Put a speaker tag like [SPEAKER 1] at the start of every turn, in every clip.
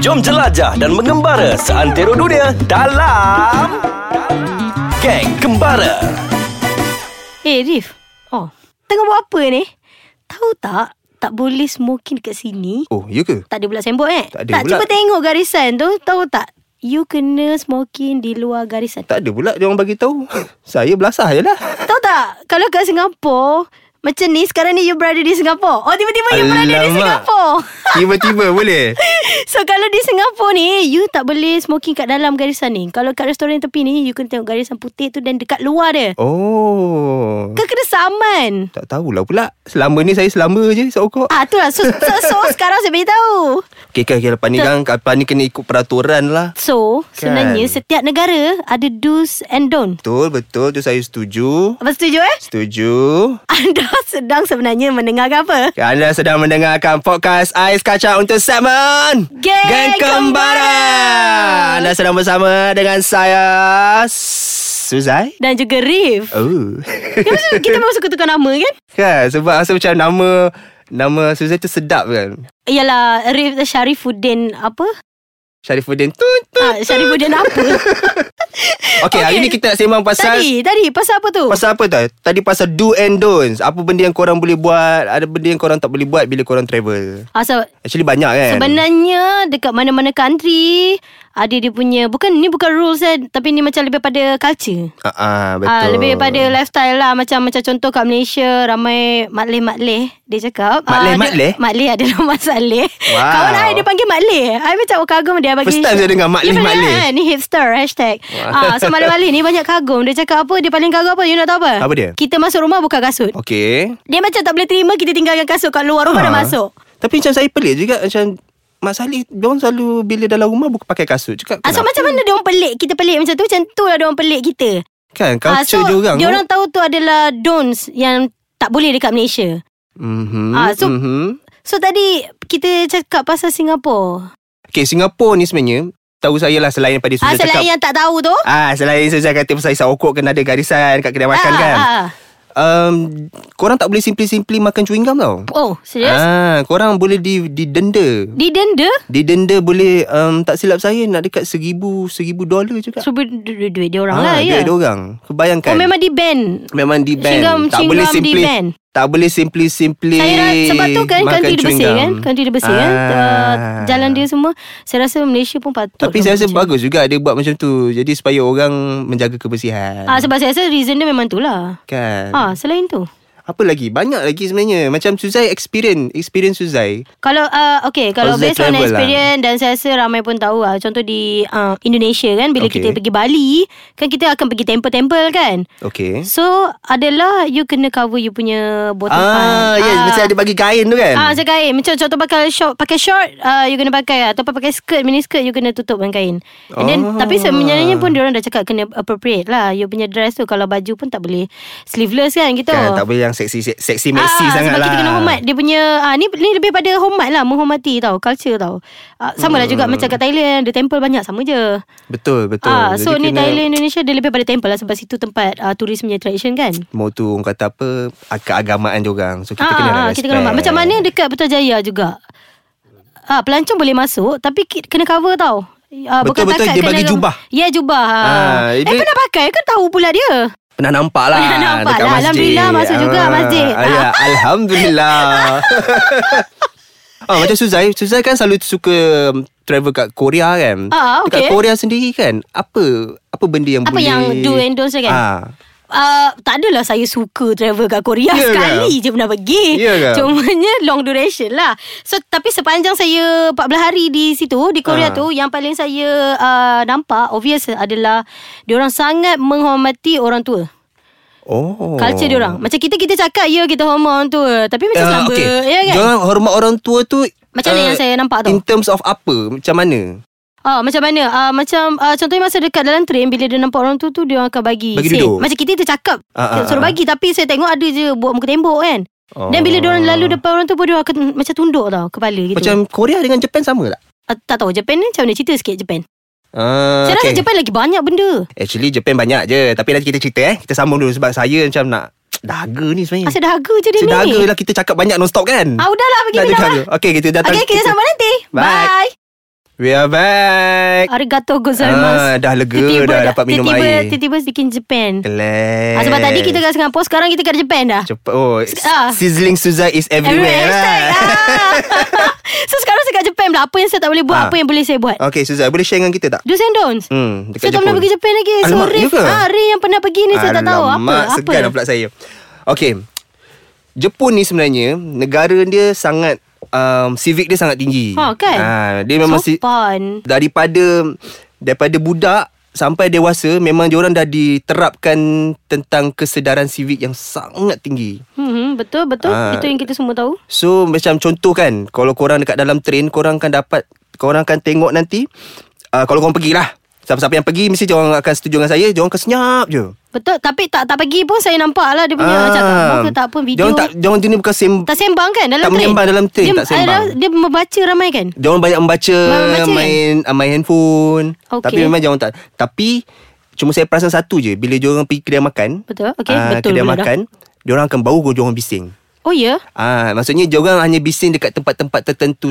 [SPEAKER 1] Jom jelajah dan mengembara seantero dunia dalam Geng Kembara.
[SPEAKER 2] Eh, Rif. Oh, tengah buat apa ni? Tahu tak, tak boleh smoking dekat sini.
[SPEAKER 3] Oh, ya ke?
[SPEAKER 2] Tak ada pula sembok eh?
[SPEAKER 3] Tak ada
[SPEAKER 2] tak
[SPEAKER 3] pula.
[SPEAKER 2] cuba tengok garisan tu. Tahu tak? You kena smoking di luar garisan.
[SPEAKER 3] Tak ada pula dia orang bagi tahu. Saya belasah je lah.
[SPEAKER 2] Tahu tak? Kalau kat Singapura, macam ni sekarang ni you berada di Singapura. Oh, tiba-tiba you berada di
[SPEAKER 3] Alamak.
[SPEAKER 2] Singapura.
[SPEAKER 3] Tiba-tiba boleh.
[SPEAKER 2] so, kalau di Singapura ni, you tak boleh smoking kat dalam garisan ni. Kalau kat restoran tepi ni, you kena tengok garisan putih tu dan dekat luar dia.
[SPEAKER 3] Oh.
[SPEAKER 2] Kau kena saman.
[SPEAKER 3] Tak tahulah pula. Selama ni saya selama je seokok.
[SPEAKER 2] Ah, tu lah. So, so, so sekarang saya beritahu.
[SPEAKER 3] Okey, okay, lepas ni kan lepas ni kena ikut peraturan lah.
[SPEAKER 2] So
[SPEAKER 3] Kan.
[SPEAKER 2] sebenarnya setiap negara ada do's and don't.
[SPEAKER 3] Betul, betul. Tu saya setuju.
[SPEAKER 2] Apa setuju eh?
[SPEAKER 3] Setuju.
[SPEAKER 2] Anda sedang sebenarnya mendengarkan apa?
[SPEAKER 3] Anda sedang mendengarkan podcast Ais Kacang untuk segmen
[SPEAKER 2] Geng Kembara.
[SPEAKER 3] Kembara. Anda sedang bersama dengan saya Suzai.
[SPEAKER 2] Dan juga Rif.
[SPEAKER 3] Oh.
[SPEAKER 2] Kita masuk- Kita memang suka tukar nama kan?
[SPEAKER 3] kan sebab rasa macam nama nama Suzai tu sedap kan.
[SPEAKER 2] Yalah Rif Sharifuddin apa?
[SPEAKER 3] Syarifuddin tu tu.
[SPEAKER 2] Ah, Sharifuddin apa?
[SPEAKER 3] Okey, okay. hari
[SPEAKER 2] Okey.
[SPEAKER 3] ni kita nak sembang pasal
[SPEAKER 2] tadi, tadi pasal apa tu?
[SPEAKER 3] Pasal apa tau? Tadi pasal do and don'ts. Apa benda yang korang boleh buat, ada benda yang korang tak boleh buat bila korang travel.
[SPEAKER 2] Ah, so,
[SPEAKER 3] Actually banyak kan?
[SPEAKER 2] sebenarnya dekat mana-mana country ada dia punya bukan ni bukan rules eh, tapi ni macam lebih pada culture.
[SPEAKER 3] Ah, ah, betul.
[SPEAKER 2] Ah, lebih pada lifestyle lah Macam macam contoh kat Malaysia Ramai matleh-matleh Dia cakap ah, dia-
[SPEAKER 3] Matleh-matleh?
[SPEAKER 2] Matleh adalah Mat Saleh
[SPEAKER 3] Wow.
[SPEAKER 2] Kawan saya dia panggil matleh Saya macam oh, kagum dia bagi
[SPEAKER 3] First time saya dengar matleh-
[SPEAKER 2] Ya, benar
[SPEAKER 3] matleh.
[SPEAKER 2] kan? Ni hipster hashtag ah, So matleh-matleh ni banyak kagum Dia cakap apa Dia paling kagum apa You nak tahu apa?
[SPEAKER 3] Apa dia?
[SPEAKER 2] Kita masuk rumah buka kasut
[SPEAKER 3] Okey.
[SPEAKER 2] Dia macam tak boleh terima Kita tinggalkan kasut kat luar rumah dah
[SPEAKER 3] Ah.
[SPEAKER 2] masuk
[SPEAKER 3] Tapi macam saya pelik juga macam Mak Saleh dia orang selalu bila dalam rumah bukan pakai kasut. Cakap
[SPEAKER 2] ah, So
[SPEAKER 3] kenapa?
[SPEAKER 2] macam mana dia orang pelik Kita pelik macam tu Macam tu lah dia orang pelik kita
[SPEAKER 3] kan
[SPEAKER 2] Ah,
[SPEAKER 3] culture
[SPEAKER 2] so,
[SPEAKER 3] dia orang.
[SPEAKER 2] Dia orang tahu tu adalah don'ts Yang tak boleh dekat Malaysia
[SPEAKER 3] Mhm.
[SPEAKER 2] Ah, so-
[SPEAKER 3] mhm.
[SPEAKER 2] So tadi kita cakap pasal Singapura.
[SPEAKER 3] Okey, Singapura ni sebenarnya tahu saya lah selain
[SPEAKER 2] Ah,
[SPEAKER 3] daripada Suzai
[SPEAKER 2] selain
[SPEAKER 3] cakap.
[SPEAKER 2] yang tak tahu tu.
[SPEAKER 3] Ah, selain Suzai kata pasal Isau Okok kena ada garisan kat kedai makan
[SPEAKER 2] ah,
[SPEAKER 3] kan.
[SPEAKER 2] Ah.
[SPEAKER 3] Um, korang tak boleh simply-simply makan chewing gum tau.
[SPEAKER 2] Oh, serius? Ah.
[SPEAKER 3] Ah, korang boleh di didenda.
[SPEAKER 2] Didenda
[SPEAKER 3] Didenda boleh um, tak silap saya nak dekat seribu seribu dolar juga.
[SPEAKER 2] sebab du- duit dia orang lah
[SPEAKER 3] Ah,
[SPEAKER 2] ya.
[SPEAKER 3] dia ada orang. Kebayangkan.
[SPEAKER 2] Oh, memang di ban.
[SPEAKER 3] Memang di ban.
[SPEAKER 2] Chewing gum-
[SPEAKER 3] tak
[SPEAKER 2] chewing
[SPEAKER 3] boleh
[SPEAKER 2] gum
[SPEAKER 3] simply
[SPEAKER 2] di-ban.
[SPEAKER 3] tak boleh simply simply.
[SPEAKER 2] Saya rasa sebab tu kan
[SPEAKER 3] makan
[SPEAKER 2] country dia
[SPEAKER 3] chewing
[SPEAKER 2] bersih
[SPEAKER 3] gum. Ah.
[SPEAKER 2] kan. Country dia bersih kan. Uh, jalan dia semua. Saya rasa Malaysia pun patut.
[SPEAKER 3] Tapi
[SPEAKER 2] lah
[SPEAKER 3] saya rasa
[SPEAKER 2] macam-
[SPEAKER 3] bagus juga dia buat macam tu. Jadi supaya orang menjaga kebersihan.
[SPEAKER 2] Ah, sebab saya rasa reason dia memang tu lah.
[SPEAKER 3] kan.
[SPEAKER 2] Ah, selain tu.
[SPEAKER 3] Apa lagi? Banyak lagi sebenarnya. Macam Suzai experience, experience Suzai.
[SPEAKER 2] Kalau uh, okay, kalau
[SPEAKER 3] Pasal
[SPEAKER 2] based on
[SPEAKER 3] travel lah.
[SPEAKER 2] experience dan saya rasa ramai pun tahu lah. Contoh di uh, Indonesia kan bila
[SPEAKER 3] Okay.
[SPEAKER 2] kita pergi Bali, kan kita akan pergi temple-temple kan.
[SPEAKER 3] Okay.
[SPEAKER 2] So adalah you kena cover you punya bottom
[SPEAKER 3] Ah,
[SPEAKER 2] part.
[SPEAKER 3] yes, macam ada bagi kain tu kan.
[SPEAKER 2] Ah, macam kain. Macam contoh pakai short, pakai short, uh, you kena pakai atau pakai skirt, mini skirt you kena tutup dengan kain. And then
[SPEAKER 3] Oh.
[SPEAKER 2] tapi sebenarnya pun diorang dah cakap kena appropriate lah. You punya dress tu kalau baju pun tak boleh sleeveless kan gitu.
[SPEAKER 3] Kan, tak boleh yang seksi seksi meksi
[SPEAKER 2] Ah,
[SPEAKER 3] sangat
[SPEAKER 2] sebab
[SPEAKER 3] lah.
[SPEAKER 2] kita kena hormat Dia punya ah, ni, ni lebih pada hormat lah Menghormati tau Culture tau ah, Sama lah juga Macam kat Thailand Dia temple banyak sama je
[SPEAKER 3] Betul, Hmm. betul.
[SPEAKER 2] ah, So
[SPEAKER 3] Jadi
[SPEAKER 2] ni
[SPEAKER 3] kena-
[SPEAKER 2] Thailand Indonesia Dia lebih pada temple lah Sebab situ tempat ah, Turis punya attraction kan
[SPEAKER 3] Mau tu orang kata apa Keagamaan dia orang So kita
[SPEAKER 2] Ah,
[SPEAKER 3] kena
[SPEAKER 2] ah,
[SPEAKER 3] respect
[SPEAKER 2] kita kena hormat. Macam mana dekat Putrajaya juga. Ah, pelancong boleh masuk tapi ki- kena cover tau. Ah,
[SPEAKER 3] Betul,
[SPEAKER 2] bukan
[SPEAKER 3] betul.
[SPEAKER 2] takat,
[SPEAKER 3] Dia
[SPEAKER 2] kena-
[SPEAKER 3] bagi jubah.
[SPEAKER 2] Ya jubah. Ha.
[SPEAKER 3] Ah,
[SPEAKER 2] eh
[SPEAKER 3] dia-
[SPEAKER 2] pernah pakai kan tahu pula dia.
[SPEAKER 3] Pernah nampak lah
[SPEAKER 2] Pernah nampak
[SPEAKER 3] dekat
[SPEAKER 2] lah.
[SPEAKER 3] masjid.
[SPEAKER 2] Alhamdulillah masuk juga masjid.
[SPEAKER 3] ah, ya, Alhamdulillah Ah, macam Suzai Suzai kan selalu suka um, Travel kat Korea kan
[SPEAKER 2] Ah,
[SPEAKER 3] Dekat
[SPEAKER 2] okey.
[SPEAKER 3] Korea sendiri kan Apa Apa benda yang
[SPEAKER 2] Apa
[SPEAKER 3] boleh
[SPEAKER 2] yang do and don'ts dia kan?
[SPEAKER 3] ah.
[SPEAKER 2] Uh, tak adalah saya suka travel kat Korea
[SPEAKER 3] Ya ke?
[SPEAKER 2] Sekali je pernah pergi
[SPEAKER 3] Ya ke?
[SPEAKER 2] Cumanya long duration lah So tapi sepanjang saya 14 hari di situ Di Korea
[SPEAKER 3] Ha.
[SPEAKER 2] tu Yang paling saya uh, nampak Obvious adalah Diorang sangat menghormati orang tua
[SPEAKER 3] Oh
[SPEAKER 2] Culture dia orang. Macam kita kita cakap ya kita hormon tu. Tapi macam uh,
[SPEAKER 3] Ah,
[SPEAKER 2] selamba
[SPEAKER 3] okey.
[SPEAKER 2] ya kan.
[SPEAKER 3] Diorang hormat orang tua tu ah,
[SPEAKER 2] Macam mana yang saya nampak tu?
[SPEAKER 3] In terms of apa Macam mana
[SPEAKER 2] Ah macam mana? Ah macam ah, contohnya masa dekat dalam train bila dia nampak orang tu tu dia orang akan bagi.
[SPEAKER 3] Bagi
[SPEAKER 2] seat.
[SPEAKER 3] duduk.
[SPEAKER 2] Macam kita tercakap
[SPEAKER 3] Ah, ah,
[SPEAKER 2] uh, suruh
[SPEAKER 3] ah.
[SPEAKER 2] bagi tapi saya tengok ada je buat muka tembok kan.
[SPEAKER 3] Oh.
[SPEAKER 2] Dan bila dia orang lalu depan orang tu pun dia akan macam tunduk tau kepala gitu.
[SPEAKER 3] Macam Korea dengan Japan sama tak?
[SPEAKER 2] Ah, tak tahu Japan ni macam mana cerita sikit Japan.
[SPEAKER 3] Ah,
[SPEAKER 2] Saya
[SPEAKER 3] okay. Hmm.
[SPEAKER 2] rasa Japan lagi banyak benda.
[SPEAKER 3] Actually Japan banyak je Tapi nanti kita cerita eh Kita sambung dulu Sebab saya macam nak Dahaga ni sebenarnya
[SPEAKER 2] Asal dahaga je dia ni.
[SPEAKER 3] Sedahaga lah kita cakap banyak non-stop kan
[SPEAKER 2] Ah udahlah pergi
[SPEAKER 3] Nak
[SPEAKER 2] minum.
[SPEAKER 3] dahaga Okay kita datang
[SPEAKER 2] Okey kita sambung nanti.
[SPEAKER 3] Bye.
[SPEAKER 2] Bye.
[SPEAKER 3] We are back.
[SPEAKER 2] Arigato gozaimasu.
[SPEAKER 3] Ah, dah lega, dah dapat minum
[SPEAKER 2] tiba,
[SPEAKER 3] air.
[SPEAKER 2] Tiba-tiba sedikit Japan.
[SPEAKER 3] Relax.
[SPEAKER 2] Ah, sebab tadi kita kat Singapura, sekarang kita kat Japan dah.
[SPEAKER 3] Cepat. Oh,
[SPEAKER 2] Ah.
[SPEAKER 3] sizzling Suzai is everywhere. lah.
[SPEAKER 2] Hashtag, ah. so sekarang saya kat Japan pula Apa yang saya tak boleh buat
[SPEAKER 3] Ah.
[SPEAKER 2] Apa yang boleh saya buat
[SPEAKER 3] lah. Okay, Suzai boleh share dengan kita tak?
[SPEAKER 2] Do's and don'ts
[SPEAKER 3] Hmm, dekat
[SPEAKER 2] Saya tak pernah
[SPEAKER 3] Jepun.
[SPEAKER 2] pergi Japan lagi So
[SPEAKER 3] Alamak,
[SPEAKER 2] Ray,
[SPEAKER 3] ya ke?
[SPEAKER 2] ah, Ray yang pernah pergi ni Saya tak tahu Apa
[SPEAKER 3] Alamak,
[SPEAKER 2] apa
[SPEAKER 3] Segan dah pula saya Okay Jepun ni sebenarnya Negara dia sangat um, Civic dia sangat tinggi
[SPEAKER 2] Ha, kan?
[SPEAKER 3] Ah, Dia memang si-
[SPEAKER 2] Sopan
[SPEAKER 3] Daripada Daripada budak Sampai dewasa Memang diorang dah diterapkan Tentang kesedaran civik yang sangat tinggi
[SPEAKER 2] hmm, Betul betul
[SPEAKER 3] Ah.
[SPEAKER 2] Itu yang kita semua tahu
[SPEAKER 3] So macam contoh kan Kalau korang dekat dalam train Korang akan dapat Korang akan tengok nanti uh, Kalau korang pergilah Siapa-siapa yang pergi Mesti diorang akan setuju dengan saya Diorang akan senyap je
[SPEAKER 2] Betul Tapi tak tak pergi pun Saya nampak lah Dia punya macam tak apa ke tak apa Video
[SPEAKER 3] Diorang Ah. tak Diorang jenis bukan sem
[SPEAKER 2] tak sembang kan dalam
[SPEAKER 3] tak
[SPEAKER 2] train
[SPEAKER 3] menyembang dalam train,
[SPEAKER 2] dia,
[SPEAKER 3] tak sembang.
[SPEAKER 2] ada- Dia membaca ramai kan
[SPEAKER 3] Diorang banyak membaca,
[SPEAKER 2] Banyak membaca, kan?
[SPEAKER 3] Main uh, main handphone
[SPEAKER 2] Okey.
[SPEAKER 3] Tapi memang diorang tak Tapi Cuma saya perasan satu je Bila diorang pergi kedai makan
[SPEAKER 2] Betul, okey,
[SPEAKER 3] ah,
[SPEAKER 2] betul
[SPEAKER 3] Kedai
[SPEAKER 2] pula dah.
[SPEAKER 3] makan Diorang akan bau ke diorang bising
[SPEAKER 2] Oh ya yeah?
[SPEAKER 3] Ah, maksudnya diorang hanya bising dekat tempat-tempat tertentu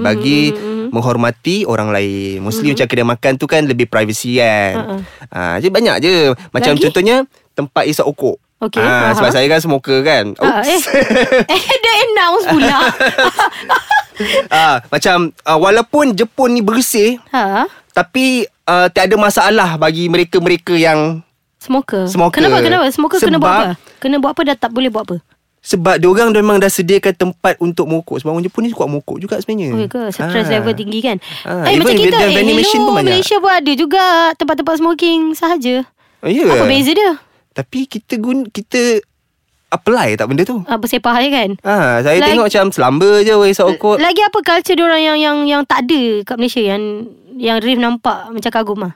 [SPEAKER 2] Hmm,
[SPEAKER 3] bagi mm-hmm. menghormati orang lain. Mostly mm-hmm. macam kedai makan tu kan lebih privacy kan.
[SPEAKER 2] Ha-ha.
[SPEAKER 3] Ah, jadi banyak je.
[SPEAKER 2] Ha,
[SPEAKER 3] Macam
[SPEAKER 2] Lagi?
[SPEAKER 3] contohnya tempat isap okok.
[SPEAKER 2] Okey,
[SPEAKER 3] Ah,
[SPEAKER 2] aha.
[SPEAKER 3] sebab saya kan smoker kan.
[SPEAKER 2] Ah, eh.
[SPEAKER 3] Oops.
[SPEAKER 2] eh Dia announce pula
[SPEAKER 3] ah, macam ah, walaupun Jepun ni bersih
[SPEAKER 2] ha?
[SPEAKER 3] tapi ah, tak ada masalah bagi mereka-mereka yang
[SPEAKER 2] Smoker.
[SPEAKER 3] Smoker.
[SPEAKER 2] Kenapa kenapa? Smoker kena buat apa?
[SPEAKER 3] Sebab-
[SPEAKER 2] Kena buat apa dah tak boleh buat apa?
[SPEAKER 3] sebab diorang memang dah sediakan tempat untuk mokok Sebab orang Jepun ni suka mokok juga sebenarnya
[SPEAKER 2] Oh ke stress
[SPEAKER 3] Ah.
[SPEAKER 2] level tinggi kan.
[SPEAKER 3] Ah,
[SPEAKER 2] eh
[SPEAKER 3] even
[SPEAKER 2] macam
[SPEAKER 3] with
[SPEAKER 2] kita
[SPEAKER 3] the
[SPEAKER 2] eh,
[SPEAKER 3] vending machine pun
[SPEAKER 2] hello,
[SPEAKER 3] banyak.
[SPEAKER 2] Malaysia pun ada juga tempat-tempat smoking sahaja.
[SPEAKER 3] Ah, ya.
[SPEAKER 2] Apa beza dia?
[SPEAKER 3] Tapi kita gun kita apply tak benda tu?
[SPEAKER 2] Apa sepah je kan?
[SPEAKER 3] Ha, saya
[SPEAKER 2] Lagi-
[SPEAKER 3] Lagi, tengok macam selamba je weh sokok.
[SPEAKER 2] Lagi apa culture diorang yang yang yang tak ada kat Malaysia yang yang Rif nampak macam kagum ah.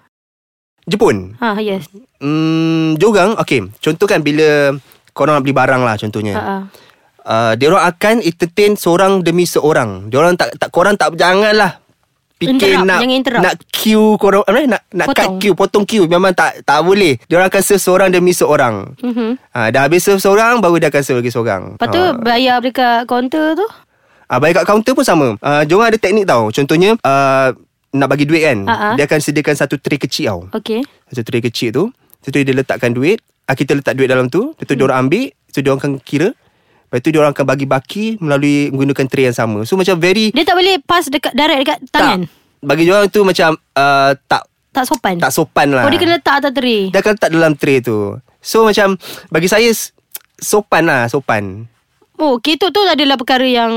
[SPEAKER 3] Jepun.
[SPEAKER 2] Ha yes.
[SPEAKER 3] Hmm, jorang okey. Contoh kan bila korang nak beli barang lah contohnya.
[SPEAKER 2] Ha
[SPEAKER 3] Ha.
[SPEAKER 2] ah.
[SPEAKER 3] Uh, diorang akan entertain seorang demi seorang. Diorang tak tak korang tak janganlah fikir
[SPEAKER 2] Interrupt,
[SPEAKER 3] nak
[SPEAKER 2] jangan interrupt.
[SPEAKER 3] nak queue korang eh, nak nak
[SPEAKER 2] Potong.
[SPEAKER 3] cut queue, potong queue memang tak tak boleh. Diorang akan serve seorang demi seorang.
[SPEAKER 2] Mhm.
[SPEAKER 3] Ha, dah habis serve seorang baru dia akan serve lagi seorang.
[SPEAKER 2] Lepas tu
[SPEAKER 3] Ha.
[SPEAKER 2] bayar dekat kaunter tu.
[SPEAKER 3] Ah, bayar kat kaunter pun sama. Ah, uh, ada teknik tau. Contohnya ah, nak bagi duit kan.
[SPEAKER 2] Ha, ha.
[SPEAKER 3] Dia akan sediakan satu tray kecil tau.
[SPEAKER 2] Okey.
[SPEAKER 3] Satu tray kecil tu, lepas tu dia letakkan duit. Ah, kita letak duit dalam tu, lepas tu
[SPEAKER 2] Hmm.
[SPEAKER 3] dia orang ambil, lepas tu dia orang akan kira. Lepas tu dia orang akan bagi baki melalui menggunakan tray yang sama. So macam very
[SPEAKER 2] Dia tak boleh pass dekat direct dekat tangan.
[SPEAKER 3] tak bagi dia orang tu macam ah, tak
[SPEAKER 2] Tak, sopan.
[SPEAKER 3] tak sopan lah.
[SPEAKER 2] Oh dia kena letak atas tray.
[SPEAKER 3] dia akan letak dalam tray tu. So macam bagi saya s- sopan lah, sopan.
[SPEAKER 2] Oh, ketuk tu adalah perkara yang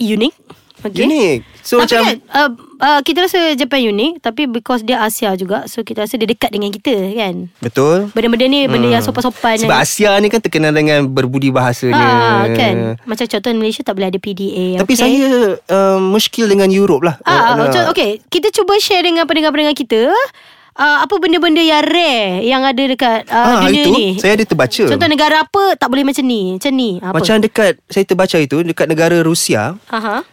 [SPEAKER 2] unik. Okay.
[SPEAKER 3] Unik. So
[SPEAKER 2] tapi
[SPEAKER 3] macam
[SPEAKER 2] kan, uh, uh, kita rasa Japan unik tapi because dia Asia juga so kita rasa dia dekat dengan kita kan.
[SPEAKER 3] betul.
[SPEAKER 2] Benda-benda ni benda yang sopan-sopan
[SPEAKER 3] Hmm. Sebab
[SPEAKER 2] yang-
[SPEAKER 3] Asia ni kan terkenal dengan berbudi bahasa dia.
[SPEAKER 2] Ah, kan. Macam contoh Malaysia tak boleh ada PDA.
[SPEAKER 3] Tapi
[SPEAKER 2] okay?
[SPEAKER 3] saya um, muskil dengan Europe lah.
[SPEAKER 2] Ah,
[SPEAKER 3] Orang-
[SPEAKER 2] macam okay, kita cuba share dengan pendengar-pendengar kita uh, apa benda-benda yang rare yang ada dekat uh,
[SPEAKER 3] Ah,
[SPEAKER 2] dunia
[SPEAKER 3] itu
[SPEAKER 2] ni.
[SPEAKER 3] saya ada terbaca.
[SPEAKER 2] Contoh negara apa tak boleh macam ni, macam ni. Apa?
[SPEAKER 3] Macam dekat saya terbaca itu dekat negara Rusia,
[SPEAKER 2] Aha.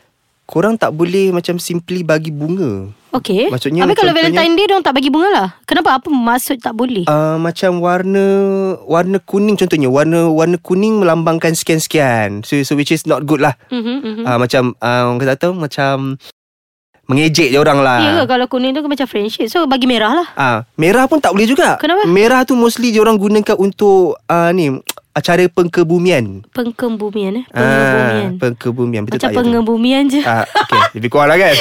[SPEAKER 3] korang tak boleh macam simply bagi bunga.
[SPEAKER 2] Okay
[SPEAKER 3] Maksudnya,
[SPEAKER 2] Tapi kalau
[SPEAKER 3] contohnya-
[SPEAKER 2] Valentine Day Diorang tak bagi bunga lah Kenapa apa maksud tak boleh
[SPEAKER 3] Uh, macam warna warna kuning contohnya warna warna kuning melambangkan sekian-sekian so, so which is not good lah
[SPEAKER 2] Mhm, mhm.
[SPEAKER 3] uh, macam uh, orang kata tu macam mengejek je orang lah
[SPEAKER 2] Ya ke kalau kuning tu macam friendship So bagi merah lah
[SPEAKER 3] Ah, merah pun tak boleh juga.
[SPEAKER 2] Kenapa?
[SPEAKER 3] Merah tu mostly dia orang gunakan untuk ah ni acara pengkebumian.
[SPEAKER 2] Pengkebumian eh
[SPEAKER 3] Ah,
[SPEAKER 2] Pengebumian
[SPEAKER 3] pengkebumian betul
[SPEAKER 2] Macam
[SPEAKER 3] tak? ayat tu?
[SPEAKER 2] pengebumian je
[SPEAKER 3] Ah, okay. Lebih kurang lah kan.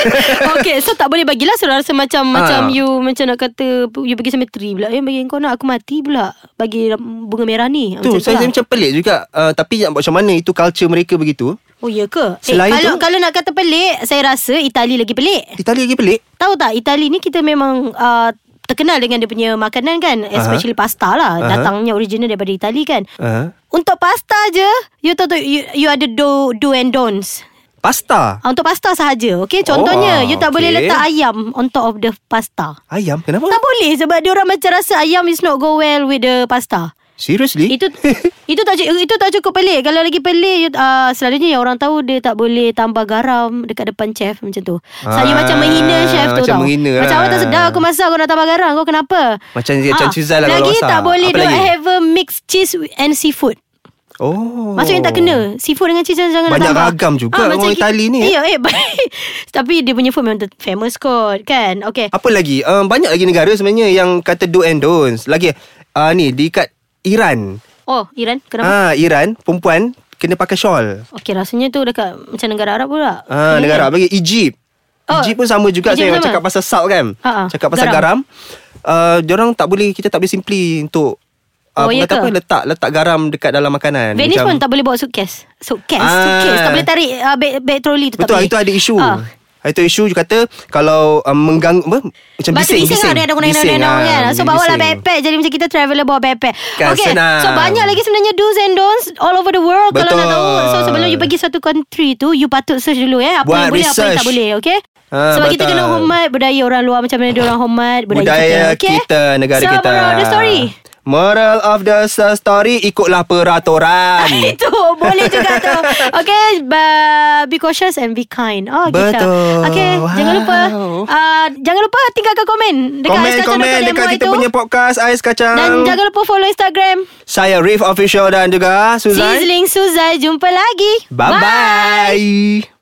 [SPEAKER 2] Okay so tak boleh bagilah So rasa macam
[SPEAKER 3] Ah.
[SPEAKER 2] Macam you Macam nak kata You pergi cemetery pula Eh bagi kau nak aku mati pula Bagi bunga merah ni
[SPEAKER 3] tu
[SPEAKER 2] Macam
[SPEAKER 3] saya,
[SPEAKER 2] lah.
[SPEAKER 3] saya macam pelik juga. Ah, tapi nak buat macam mana itu culture mereka begitu.
[SPEAKER 2] Oh ya ke eh,
[SPEAKER 3] Selain
[SPEAKER 2] kalau,
[SPEAKER 3] tu-
[SPEAKER 2] kalau nak kata pelik Saya rasa Itali lagi pelik
[SPEAKER 3] Itali lagi pelik.
[SPEAKER 2] Tahu tak Itali ni kita memang uh, terkenal dengan dia punya makanan kan especially pasta lah
[SPEAKER 3] Aha.
[SPEAKER 2] datangnya original daripada Itali kan.
[SPEAKER 3] Ah,
[SPEAKER 2] Untuk pasta je you tahu tu you, you ada do do and don'ts.
[SPEAKER 3] pasta.
[SPEAKER 2] Uh, untuk pasta sahaja. Okey contohnya
[SPEAKER 3] ah,
[SPEAKER 2] you tak boleh
[SPEAKER 3] okey.
[SPEAKER 2] letak ayam on top of the pasta.
[SPEAKER 3] Ayam kenapa?
[SPEAKER 2] Tak boleh sebab dia orang macam rasa ayam is not go well with the pasta.
[SPEAKER 3] Seriously?
[SPEAKER 2] Itu itu tak cu- itu tak cukup pelik. Kalau lagi pelik you, uh, selalunya yang orang tahu dia tak boleh tambah garam dekat depan chef macam tu. Saya
[SPEAKER 3] Ah,
[SPEAKER 2] macam menghina chef tu
[SPEAKER 3] macam
[SPEAKER 2] tau.
[SPEAKER 3] menghina
[SPEAKER 2] macam
[SPEAKER 3] lah.
[SPEAKER 2] awak tak sedar aku masak aku nak tambah garam. Kau kenapa? Ah,
[SPEAKER 3] Macam dia- macam Cizal lah kalau
[SPEAKER 2] Lagi
[SPEAKER 3] masak.
[SPEAKER 2] tak boleh
[SPEAKER 3] Apa
[SPEAKER 2] don't
[SPEAKER 3] lagi?
[SPEAKER 2] have a mixed cheese and seafood.
[SPEAKER 3] Oh.
[SPEAKER 2] Maksudnya tak kena Seafood dengan cheese jangan
[SPEAKER 3] Banyak
[SPEAKER 2] tambah. Ah,
[SPEAKER 3] ragam juga
[SPEAKER 2] macam
[SPEAKER 3] orang
[SPEAKER 2] ki-
[SPEAKER 3] Itali ni, eh.
[SPEAKER 2] Ya eh baik Tapi dia punya food memang famous kot Kan Okay
[SPEAKER 3] Apa lagi? Um, banyak lagi negara sebenarnya yang kata do and don'ts. Lagi uh, ni di kat Iran.
[SPEAKER 2] Oh Iran kenapa?
[SPEAKER 3] Ha, Iran perempuan kena pakai shawl.
[SPEAKER 2] Okay rasanya tu dekat Macam negara Arab pula
[SPEAKER 3] Ha,
[SPEAKER 2] Ini kan?
[SPEAKER 3] negara Arab lagi Egypt.
[SPEAKER 2] Oh,
[SPEAKER 3] Oh, Egypt pun sama juga
[SPEAKER 2] Egypt
[SPEAKER 3] saya
[SPEAKER 2] pun sama?
[SPEAKER 3] cakap pasal salt kan.
[SPEAKER 2] Ha, ha.
[SPEAKER 3] Cakap pasal
[SPEAKER 2] Garam.
[SPEAKER 3] garam. Uh, diorang tak boleh kita tak boleh simply untuk uh,
[SPEAKER 2] Oh, ya ke?
[SPEAKER 3] kata apa letak letak garam dekat dalam makanan.
[SPEAKER 2] Venice pun tak boleh bawa suitcase Suitcase
[SPEAKER 3] Ah.
[SPEAKER 2] Suitcase Tak boleh tarik uh, bag, bag trolley tu tak
[SPEAKER 3] Betul,
[SPEAKER 2] boleh.
[SPEAKER 3] itu ada isu.
[SPEAKER 2] Ah.
[SPEAKER 3] Itu isu juga kata kalau um, mengganggu apa? macam
[SPEAKER 2] Batu bising,
[SPEAKER 3] bising
[SPEAKER 2] bising. Dia ada
[SPEAKER 3] Bising,
[SPEAKER 2] guna-guna
[SPEAKER 3] ah,
[SPEAKER 2] kan So
[SPEAKER 3] bising.
[SPEAKER 2] bawa lah backpack Jadi macam kita traveller bawa backpack
[SPEAKER 3] Kan,
[SPEAKER 2] Okay
[SPEAKER 3] senang.
[SPEAKER 2] So banyak lagi sebenarnya do's and don'ts All over the world Kalau nak
[SPEAKER 3] Betul.
[SPEAKER 2] tahu So sebelum you pergi satu country tu You patut search dulu eh Apa
[SPEAKER 3] Buat
[SPEAKER 2] yang boleh Apa yang
[SPEAKER 3] research.
[SPEAKER 2] tak boleh Okay
[SPEAKER 3] Ah,
[SPEAKER 2] Sebab kita
[SPEAKER 3] betul.
[SPEAKER 2] kena hormat Budaya orang luar Macam mana dia orang hormat Budaya,
[SPEAKER 3] budaya
[SPEAKER 2] kita okay?
[SPEAKER 3] kita negara
[SPEAKER 2] so,
[SPEAKER 3] kita.
[SPEAKER 2] moral of the story
[SPEAKER 3] Moral of the story ikutlah peraturan.
[SPEAKER 2] itu boleh juga tu Okay ba- Be cautious and be kind Oh kita
[SPEAKER 3] Betul.
[SPEAKER 2] Okay Jangan lupa
[SPEAKER 3] Wow.
[SPEAKER 2] uh, Jangan lupa tinggalkan komen Dekat
[SPEAKER 3] komen
[SPEAKER 2] Ais Kacang
[SPEAKER 3] komen
[SPEAKER 2] Dr.
[SPEAKER 3] dekat
[SPEAKER 2] Lemon
[SPEAKER 3] kita
[SPEAKER 2] itu.
[SPEAKER 3] punya podcast Ais Kacang.
[SPEAKER 2] Dan jangan lupa follow Instagram
[SPEAKER 3] Saya Rif Official dan juga Suzan.
[SPEAKER 2] Sizzling Suzai Jumpa lagi
[SPEAKER 3] Bye-bye.